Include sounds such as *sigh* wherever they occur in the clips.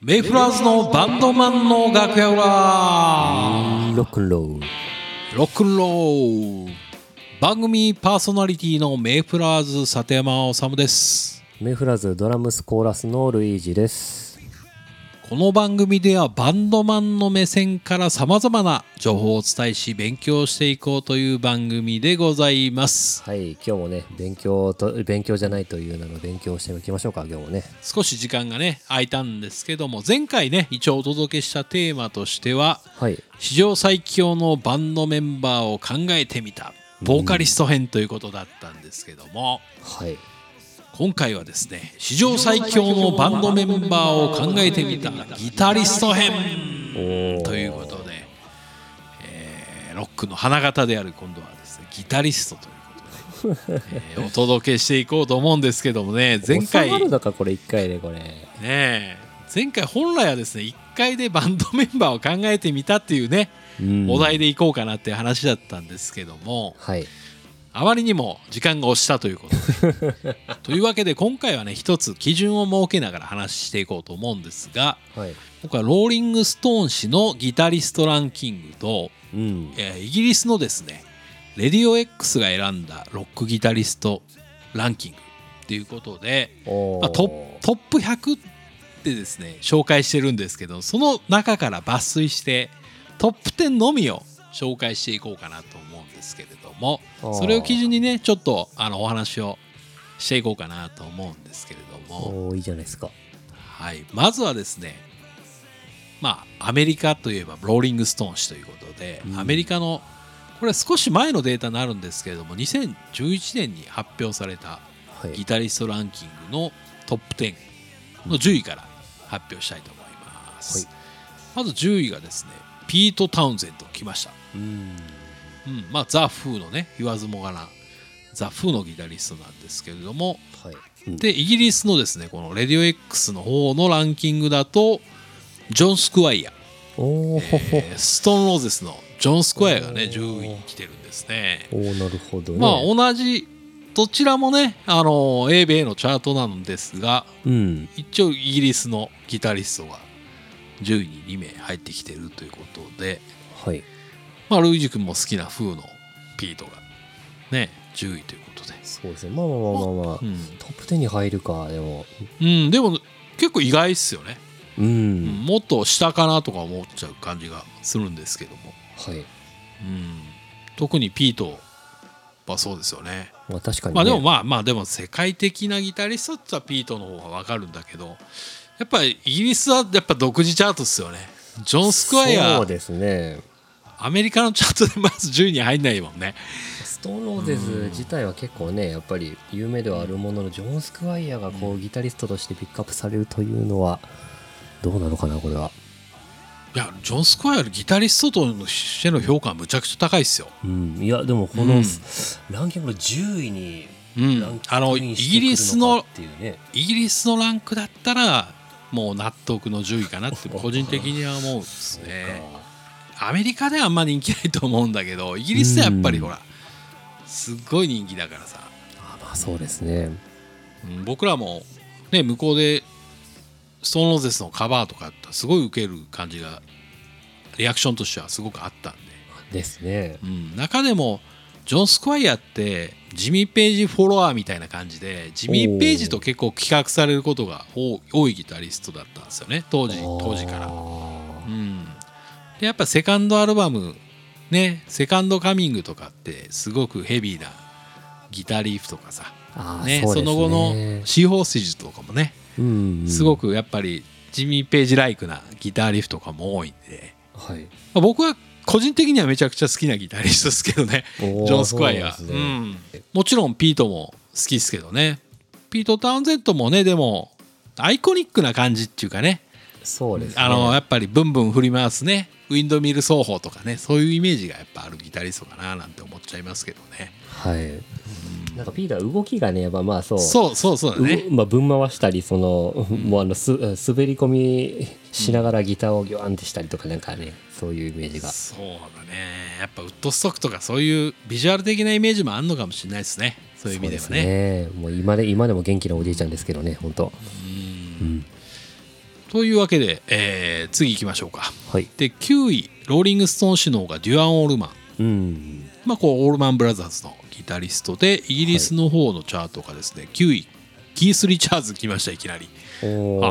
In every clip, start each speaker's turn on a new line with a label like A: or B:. A: メイフラーズのバンドマンの楽屋裏
B: ロックンロール
A: ロックンロール番組パーソナリティのメイフラーズ里山治です
B: メイフラーズドラムスコーラスのルイージです
A: この番組ではバンドマンの目線からさまざまな情報をお伝えし勉強していこうという番組でございます
B: はい今日もね勉強と勉強じゃないというなので勉強していきましょうか今日もね
A: 少し時間がね空いたんですけども前回ね一応お届けしたテーマとしては
B: はい
A: 史上最強のバンドメンバーを考えてみたボーカリスト編ということだったんですけども、
B: はい
A: 今回はですね史上最強のバンドメンバーを考えてみたギタリスト編
B: おー
A: ということで、えーロックの花形である今度はですねギタリストということで、えーお届けしていこうと思うんですけども
B: *laughs*
A: ね前回
B: 収まるのかこれ一回でこれ
A: ねえ前回本来はですね1回でバンドメンバーを考えてみたっていうね、
B: うん
A: お題でいこうかなっていう話だったんですけども
B: はい
A: あまりにも時間が押したということ
B: *laughs*
A: でというわけで今回はね一つ基準を設けながら話していこうと思うんですが
B: はい
A: 今回はローリング・ストーン氏のギタリストランキングと、
B: うん
A: えーイギリスのですねレディオ X が選んだロックギタリストランキングっていうことで
B: おー
A: まあ、トットップ100ってですね紹介してるんですけどその中から抜粋してトップ10のみを紹介していこうかなと思うんですけれども
B: あー
A: それを基準にねちょっとあのお話をしていこうかなと思うんですけれども、
B: おーいいじゃないですか
A: はい、まずはですねまあアメリカといえばローリング・ストーン氏ということで、
B: うん
A: アメリカのこれは少し前のデータになるんですけれども2011年に発表された
B: は
A: ギ
B: い
A: タリストランキングのトップ10の10位から発表したいと思います、
B: は
A: まず10位がですねピート・タウンゼント来ました、
B: うん
A: うんまあ、ザ・フーのね言わずもがなザ・フーのギタリストなんですけれども
B: はいうん
A: でイギリスのですねこのレディオ X の方のランキングだとジョン・スクワイヤ、
B: お
A: え
B: ー
A: ーストーン・ローゼスのジョン・スクワイヤがね10位に来てるんですね
B: おーなるほどね
A: まあ同じどちらもねあの英米のチャートなんですが
B: うん
A: 一応イギリスのギタリストが10位に2名入ってきてるということで、
B: はい
A: まあ、ルイージ君も好きな風のピートがね10位ということで、
B: そうですねまあまあまあまあまあ
A: うん
B: トップ10に入るかでも
A: うんでも結構意外っすよね、
B: うん、
A: うんもっと下かなとか思っちゃう感じがするんですけども、
B: は
A: う
B: い
A: ん、特にピートはそうですよね
B: まあ確かに、ね、
A: まあでもまあまあでも世界的なギタリストって言ったらピートの方がわかるんだけどやっぱりイギリスはやっぱ独自チャートっすよねジョン・スクワイア
B: そうですね
A: アメリカのチャートでまず10位に入んないもんね。
B: ストーンローゼズ自体は結構ねやっぱり有名ではあるもののジョン・スクワイアがこうギタリストとしてピックアップされるというのはどうなのかなこれは。
A: いや、ジョン・スクワイアルギタリストとしての評価はむちゃくちゃ高いっすよ。
B: うん、いやでもこ
A: う
B: の
A: ん
B: ランキングの10位に
A: うん。あの、イギリスの、
B: ていうね
A: イギリスのランクだったら、もう納得の10位かな *laughs* って個人的には思うんですね。アメリカではあんま人気ないと思うんだけど、イギリスではやっぱりほら、すっごい人気だからさ。
B: あまあそうですね。
A: うん僕らも、ね、向こうで、ストーン・ローゼスのカバーとかあったらすごい受ける感じが、リアクションとしてはすごくあったんで。
B: ですね。
A: うん、中でもジョン・スクワイアってジミー・ページフォロワーみたいな感じでジミー・ページと結構企画されることが多多いギタリストだったんですよね当時当時から
B: あ。
A: うん、でやっぱセカンドアルバムねセカンドカミングとかってすごくヘビーなギタリーフとかさ、
B: あ
A: ね
B: そ
A: そう
B: ですね
A: の後のシーホースジとかもね、
B: うんうん
A: すごくやっぱりジミー・ページライクなギターリフとかも多いんで、
B: はい。
A: まあ僕は個人的にはめちゃくちゃ好きなギタリストですけどね
B: ジ
A: ジョン・スクワイア、
B: そううなん
A: ん、もちろんピートも好きですけどねピート・タウンゼントもねでもアイコニックな感じっていうかね
B: そうですね。
A: あのやっぱりブンブン振り回すねウィンドミル奏法とかねそういうイメージがやっぱあるギタリストかななんて思っちゃいますけどね
B: はい。なんかピーター動きがねやっぱまあそう。
A: そうそうそうだね
B: うまあ、ぶん回したりその、もうあのす滑り込みしながらギターをギョワンってしたりとかなんかねそういうイメージが
A: そうだねやっぱウッドストックとかそういうビジュアル的なイメージもあんのかもしれないですねそういう意味では
B: そう
A: ね
B: ですねもう今で今でも元気なおじいちゃんですけどね本当、うん
A: というわけで、えー次行きましょうか
B: はい。
A: で9位ローリング・ストーン首脳がデュアン・オールマン
B: うん。
A: まあ、こうオールマン・ブラザーズのギタリストでイギリスの方のチャートがですね、9位キース・リチャーズ来ましたいきなり
B: おお。
A: は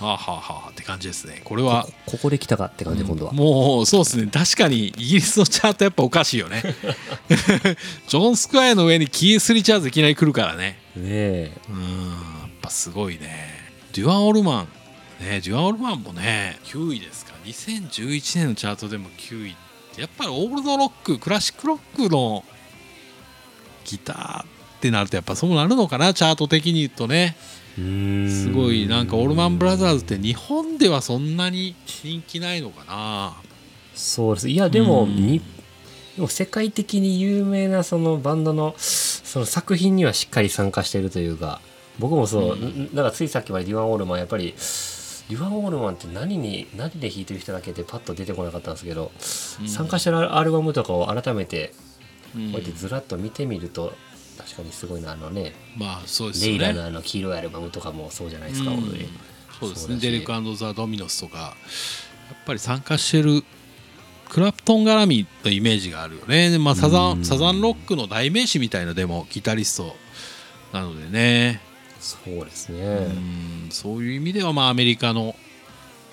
A: あ、はあはあ、って感じですねこれは
B: ここで来たかって感じ、今度は。
A: もうそうですね確かにイギリスのチャートやっぱおかしいよね *laughs* ジョン・スクワイアの上にキース・リチャーズいきなり来るからね
B: ねえ。
A: うんやっぱすごいねデュアン・オルマンねデュアン・オルマンもね9位ですか2011年のチャートでも9位ってやっぱりオールドロッククラシックロックのギターってなるとやっぱそうなるのかなチャート的に言うとねす
B: す
A: ごいなんかオールマン・ブラザーズって日本ではそんなに人気ないのかな
B: そうですいやでも
A: うん
B: にでも世界的に有名なそのバンドのその作品にはしっかり参加しているというか僕もそ
A: う
B: う、
A: ん
B: んなんかついさっきまでデュアン・オールマンやっぱりデュアン・オールマンって何に何で弾いてる人だっけってパッと出てこなかったんですけど、参加してるアルバムとかを改めて
A: うん
B: こうやってずらっと見てみると、確かにすごいなあのね
A: まあそうです
B: レ
A: よ
B: イラ
A: ね
B: のあの黄色いアルバムとかもそうじゃないですか、
A: うん
B: 本当に
A: そうです
B: そうだ
A: ね
B: し
A: デレクザ・ドミノスとかやっぱり参加してるクラプトン絡みのイメージがあるよね、まあ、サザ
B: う
A: ン
B: ん
A: サザンロックの代名詞みたいなでもギタリストなのでね、
B: そうですね、
A: うんそういう意味ではまあアメリカの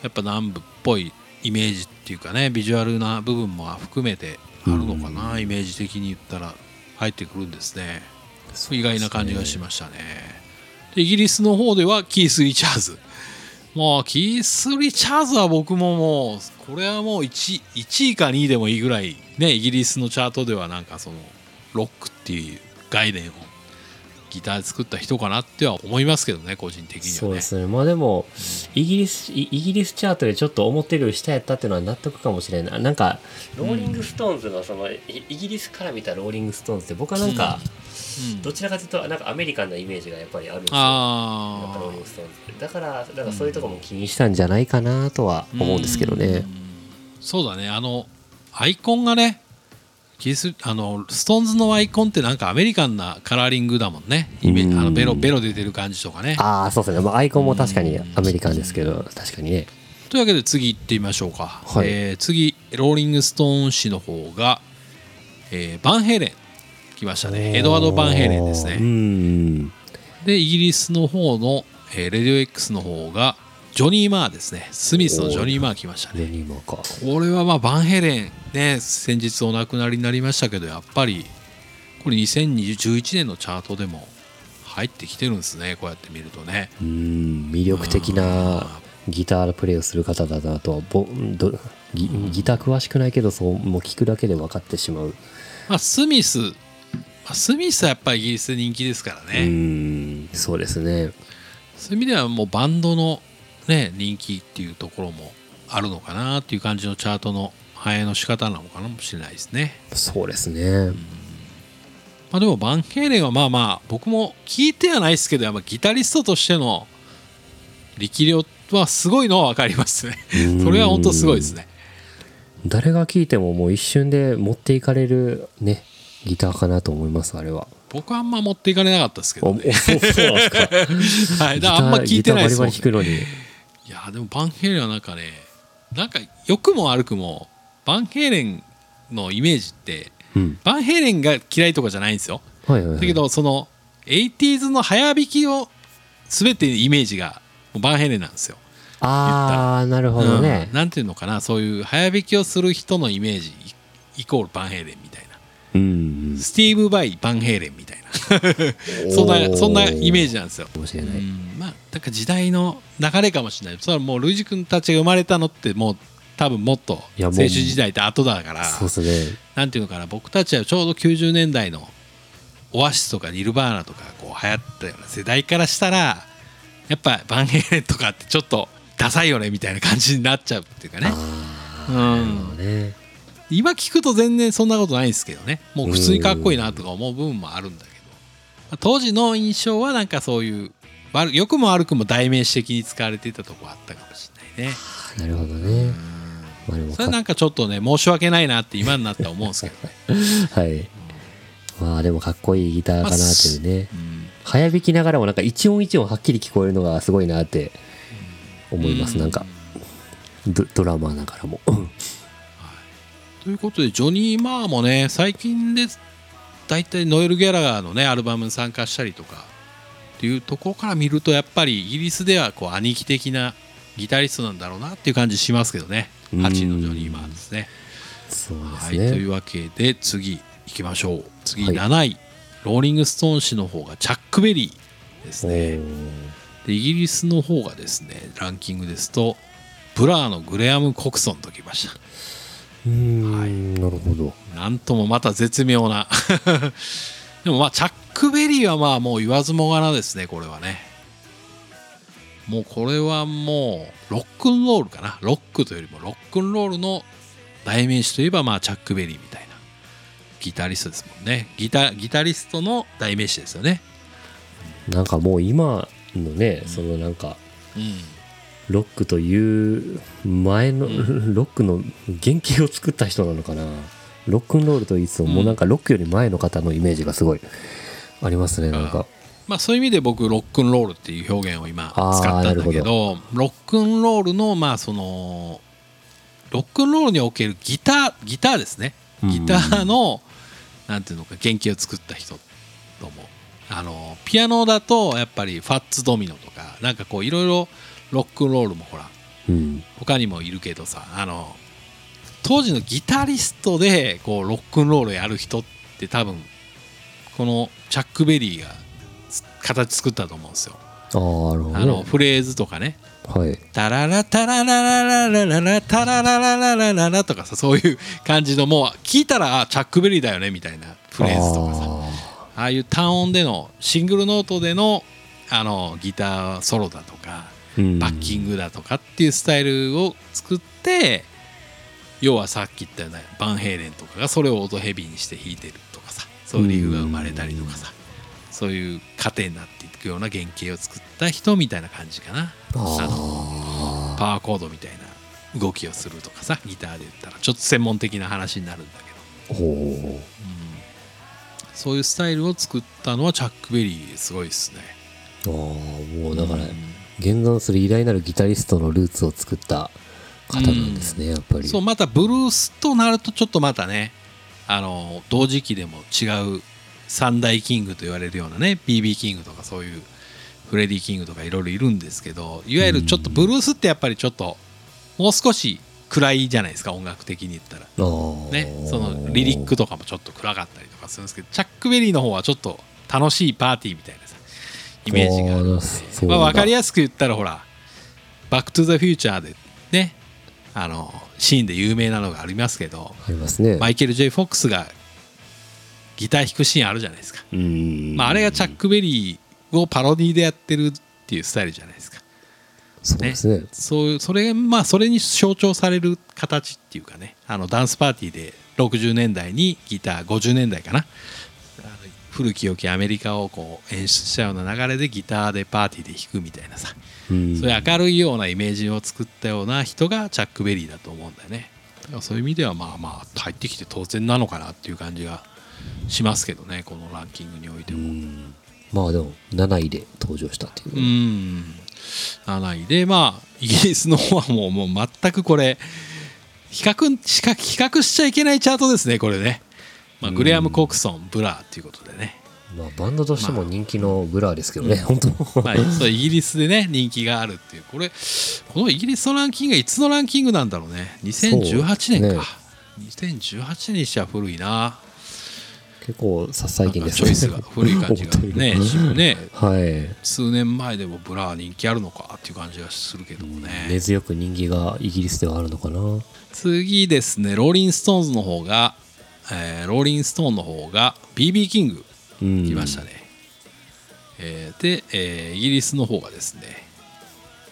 A: やっぱ南部っぽいイメージっていうかねビジュアルな部分も含めてあるのかな、イメージ的に言ったら入ってくるんですね意外な感じがしましたねでイギリスの方ではキース・リチャーズまあキース・リチャーズは僕ももうこれはもう 1, 1位か2位でもいいぐらいねイギリスのチャートではなんかそのロックっていう概念をギターで作った人かなっては思いますけどね個人的にはね
B: そうですねまあでもイギリスイイギリスチャートでちょっと思ってるより下やったっていうのは納得かもしれないなんかローリング・ストーンズのその、いイギリスから見たローリング・ストーンズって僕はなんか、
A: うん
B: どちらかというとなんかアメリカンなイメージがやっぱりあるんですよやっぱ
A: あ
B: ロー
A: あ
B: リング・ストーンズってだからなんかそういうとこも気にしたんじゃないかなとは思うんですけど
A: う
B: ね
A: んそうだねあのアイコンがねキスあのストーンズのアイコンってなんかアメリカンなカラーリングだもんねイメ
B: うん
A: あのベロベロ出てる感じとかね
B: ああそうですね、まあ、アイコンも確かにアメリカンですけど確かにね
A: というわけで次行ってみましょうか、
B: はい
A: えー次ローリング・ストーン氏の方が、えーバンヘイレン来ましたねエドワード・バンヘイレンです
B: う
A: ね
B: ん
A: でイギリスの方の、えーレディオ X の方がジョニー・マーですねスミスのジョニー・マー来ましたね
B: レニーマーか
A: これはまあバンヘレンね先日お亡くなりになりましたけどやっぱりこれ2011年のチャートでも入ってきてるんですねこうやって見るとね
B: うーん魅力的なギタープレイをする方だなとはぼどギギター詳しくないけどそうもう聞くだけで分かってしまう
A: まあスミスまあスミスはやっぱりイギリスで人気ですから
B: う
A: ね、
B: ーんそうですね
A: そういう意味ではもうバンドのね人気っていうところもあるのかなっていう感じのチャートの反映の仕方なのかもしれないですね
B: そうですね
A: まあ、でもバンヘイレンはまあまあ僕も聞いてはないですけどやっぱギタリストとしての力量はすごいのは分かりますねそれは本当すごいですね
B: 誰が聞いてももう一瞬で持っていかれるねギターかなと思いますあれは
A: 僕はあんま持っていかれなかったですけ
B: お
A: ど、
B: お
A: ね、
B: そうそうなんです *laughs* か
A: はいだからあんま聞いてないですもん、ね、
B: ギターバリバリ弾くのに
A: いやでもバンヘイレンはなんかねなんか良くも悪くもバンヘイレンのイメージって
B: うん
A: バンヘイレンが嫌いとかじゃないんですよ
B: はいはい、はい、
A: だけどその 80s の早弾きを全てイメージがもうバンヘイレンなんですよ
B: ああなるほどね
A: うん、なんていうのかなそういう早弾きをする人のイメージイイコールバンヘイレンみたいな
B: うん
A: スティーブ・バイ・バンヘイレンみたい
B: *laughs*
A: なそんなそんなイメー
B: ジ
A: ジなんですよ、
B: かもしれ
A: う
B: ない、
A: ん、まあだから時代の流れかもしれないそれはもうルイジ君たちが生まれたのってもう多分もっと
B: いや
A: 青
B: もう
A: 春時代って後だから
B: そうですね
A: なんていうのかな僕たちはちょうど90年代のオアシスとかニルバーナとかこう流行ったような世代からしたらやっぱバンヘイレンとかってちょっとダサいよねみたいな感じになっちゃうっていうかね
B: あ
A: う
B: あ、
A: ん
B: なるほどね
A: 今聞くと全然そんなことないんですけどねもう普通にかっこいいなとか思う部分もあるんだけどまあ当時の印象はなんかそういう悪良くも悪くも代名詞的に使われていたとこあったかもしれないね
B: なるほどね。まあでも
A: それはなんかちょっとね申し訳ないなって今になったら思うんですけどね、
B: *laughs* はい。まあでもかっこいいギターかなっていうね。
A: うん
B: 早弾きながらもなんか一音一音はっきり聞こえるのがすごいなって思います、
A: う
B: なんかドドラマーながらも
A: ということでジョニー・マーもね最近で大体ノエル・ギャラガーのねアルバムに参加したりとかっていうところから見るとやっぱりイギリスではこう兄貴的なギタリストなんだろうなっていう感じしますけどね
B: うん
A: 8位のジョニー・マーですね。
B: そう
A: はい、
B: です
A: と
B: ね、
A: いうわけで次行きましょう次
B: はい
A: 7位、ローリング・ストーン氏の方がチャック・ベリーです
B: お
A: ね
B: ー
A: でイギリスの方がですねランキングですとブラーのグレアム・コクソンときました
B: うーん、なるほど
A: なんともまた絶妙な *laughs* でもまあチャック・ベリーはまあもう言わずもがなですねこれはねもうこれはもうロックンロールかなロックというよりもロックンロールの代名詞といえばまあチャック・ベリーみたいなギタリストですもんねギタギタリストの代名詞ですよね
B: なんかもう今のねそのなんか
A: うん
B: ロックという前の、
A: う
B: *laughs* ロックの原型を作った人なのかなロックンロールと言いつつも、もうなんかロックより前の方のイメージがすごいありますねなんか
A: まあ、そういう意味で僕ロックンロールっていう表現を今
B: あー
A: 使ったんだ
B: な
A: け
B: る
A: ど
B: ほ
A: ロックンロールのまあそのロックンロールにおけるギターギターですね
B: うん
A: ギターのなんていうのか原型を作った人ともあのピアノだとやっぱりファッツドミノとかなんかこういろいろロックンロールもほら
B: うん
A: 他にもいるけどさあの当時のギタリストでこうロックンロールやる人って多分このチャック・ベリーがつ形作ったと思うんですよ。
B: ああなるほ
A: あの
B: ど
A: フレーズとかね
B: はい
A: 「タララタラララララララタラララララララ」とかさそういう感じのもう聞いたらあチャック・ベリーだよねみたいなフレーズとかさ
B: あ
A: ああいう単音でのシングルノートでのあのギターソロだとか
B: ーうん
A: バッキングだとかっていうスタイルを作って要はさっき言ったようなバンヘイレンとかがそれを音ヘビーにして弾いてるとかさそういう理由が生まれたりとかさそういう過程になっていくような原型を作った人みたいな感じかなあの
B: あ
A: パワーコードみたいな動きをするとかさギターで言ったらちょっと専門的な話になるんだけど
B: あほう
A: そういうスタイルを作ったのはチャック・ベリーすごいですね
B: ああもうだから、
A: うん
B: 現存する偉大なるギタリストのルーツを作った方なんですね、やっぱり
A: そうまたブルースとなるとちょっとまたねあの同時期でも違う三大キングと言われるようなね BB キングとかそういうフレディ・キングとかいろいろいるんですけどいわゆるちょっとブルースってやっぱりちょっともう少し暗いじゃないですか音楽的に言ったら
B: あー
A: ねそのリリックとかもちょっと暗かったりとかするんですけどチャック・ベリーの方はちょっと楽しいパーティーみたいなさイメージがあるの
B: あー
A: で
B: そう
A: ま
B: な
A: あ、
B: んだ
A: 分かりやすく言ったらほら「バック・トゥ・ザ・フューチャー」でねあのシーンで有名なのがありますけど
B: ありますね、
A: マイケル・ J ・フォックスがギター弾くシーンあるじゃないですか、
B: うん
A: まあ、あれがチャック・ベリーをパロディでやってるっていうスタイルじゃないですか
B: そうですね
A: そういうそれまあそれに象徴される形っていうかねあのダンスパーティーで60年代にギター50年代かなあの古き良きアメリカをこう演出したような流れでギターでパーティーで弾くみたいなさ
B: うん
A: そういう明るいようなイメージを作ったような人がチャック・ベリーだと思うんだよねだからそういう意味ではまあまあ入ってきて当然なのかなっていう感じがしますけどねこのランキングにおいても。
B: うんまあでも7位で登場したっていうう、
A: ん7位でまあイギリスの方はもうもう全くこれ比較しか比較しちゃいけないチャートですねこれね、まあ、グレアム・コクソンブラーっていうことでね、
B: まあ、バンドとしても人気のブラーですけどね、本当、
A: *laughs* まあ、そうイギリスでね人気があるっていうこれこのイギリスのランキングはいつのランキングなんだろうね2018年
B: そう
A: か、2018年にしちゃ古いな
B: *laughs* 結構さ
A: な
B: 最
A: んかチ
B: 近です
A: ョイスが古い感じがね
B: *laughs* 本当に
A: しね
B: はい
A: 数年前でもブラー人気あるのかっていう感じがするけどもね
B: 根強く人気がイギリスではあるのかな
A: 次ですねローリン・ストーンズの方が、えーローリン・ストーンの方が BB キング
B: うん
A: 来ましたね、えーで、えーイギリスの方がですね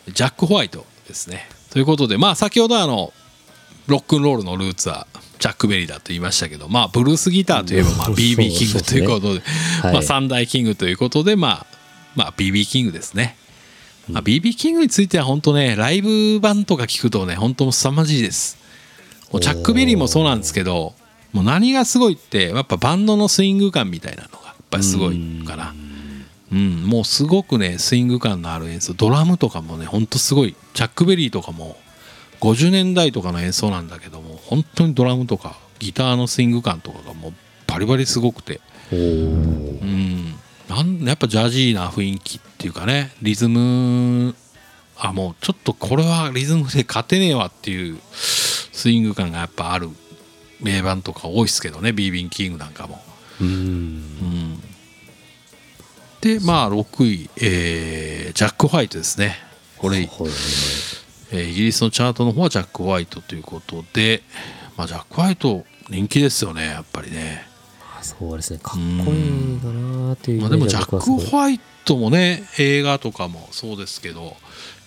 A: ジャック・ホワイトですねということでまあ先ほどあのロックンロールのルーツはジャック・ベリーだと言いましたけどまあブルースギターといえばまあ
B: うん
A: BB キングということで
B: はい
A: まあ三大キングということでまあまあ BB キングですねまあ、BB キングについては本当ねライブ版とか聞くとね本当凄まじいですもうチャック・ベリーもそうなんですけどもう何がすごいってやっぱバンドのスイング感みたいなのがやっぱりすごいかなうん、もうすごくねスイング感のある演奏ドラムとかもねほんとすごいチャック・ベリーとかも50年代とかの演奏なんだけども本当にドラムとかギターのスイング感とかがもうバリバリすごくて
B: おー
A: うんなんやっぱジャジーな雰囲気っていうかねリズムあもうちょっとこれはリズムで勝てねえわっていうスイング感がやっぱある名盤とか多いっすけどねビービン・キングなんかも。
B: うん
A: うんでまあ6位、えージャック・ホワイトですねこれ、
B: ほい
A: えーイギリスのチャートの方はジャック・ホワイトということで、まあ、ジャック・ホワイト人気ですよねやっぱりね、
B: あそうですねかっこいいんだなーっていう
A: まあ、
B: イ
A: で
B: メ
A: も
B: ージ
A: ジ
B: は
A: ャ
B: 僕
A: ッ
B: は
A: ク・
B: すごい
A: ホワイトもね映画とかもそうですけど、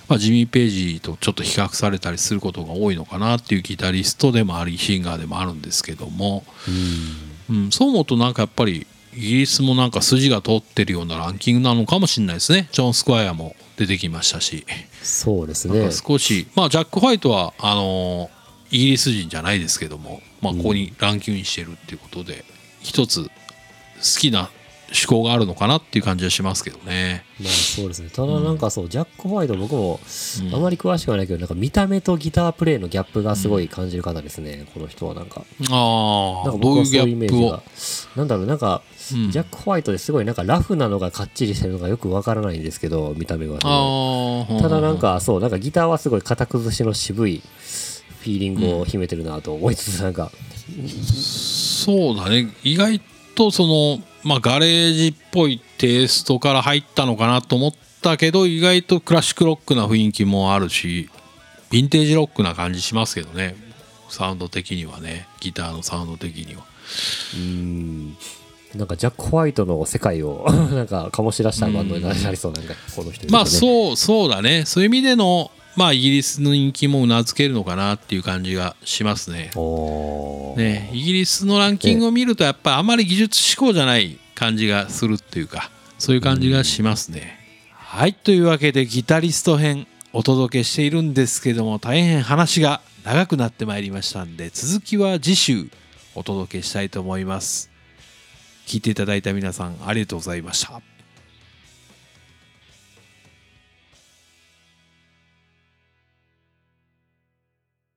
A: まあ、ジミー・ページとちょっと比較されたりすることが多いのかなっていうギタリストでもありシンガーでもあるんですけども、うん、そう思うとなんかやっぱりイギリスもなんか筋が通ってるようなランキングなのかもしれないですねジョン・スクワイアも出てきましたし、
B: そうです
A: なん
B: ね
A: か少しまあジャック・ホワイトはあのーイギリス人じゃないですけども、まあ、ここにランキングインしてるっていうことで、一つ好きな趣向があるのかなっていう感じはしますけどね
B: まあそうですね。ただなんかそう、ジャック・ホワイト僕も
A: うん
B: あまり詳しくはないけど、なんか見た目とギタープレイのギャップがすごい感じる方ですね、この人はなんか。
A: あ
B: な
A: あ
B: んか
A: どういう
B: 僕はそう
A: ギ
B: い
A: ャ
B: うイメ
A: ッ
B: ー
A: プ
B: ジ
A: を
B: が。なんだろう、なんか、
A: うん
B: ジャック・ホワイトですごいなんかラフなのがかっちりしてるのがよくわからないんですけど、見た目が。
A: あー
B: ただなんかそう、なんかギターはすごい型崩しの渋いフィーリングを秘めてるなと思いつつ、なんか、
A: そうだね意外とその、まあ、ガレージっぽいテイストから入ったのかなと思ったけど意外とクラシックロックな雰囲気もあるしヴィンテージロックな感じしますけどねサウンド的にはねギターのサウンド的には
B: うん。なんかジャック・ホワイトの世界を *laughs* なんか醸し出したバンドになりそうなんかこの人いるとね
A: まあそうそうだねそういう意味でのまあイギリスの人気もうなずけるのかなっていう感じがしますね
B: おー
A: ねイギリスのランキングを見るとやっぱりあまり技術志向じゃない感じがするっていうかそういう感じがしますね。はいというわけでギタリスト編お届けしているんですけども大変話が長くなってまいりましたんで続きは次週お届けしたいと思います。聞いていただいた皆さんありがとうございました。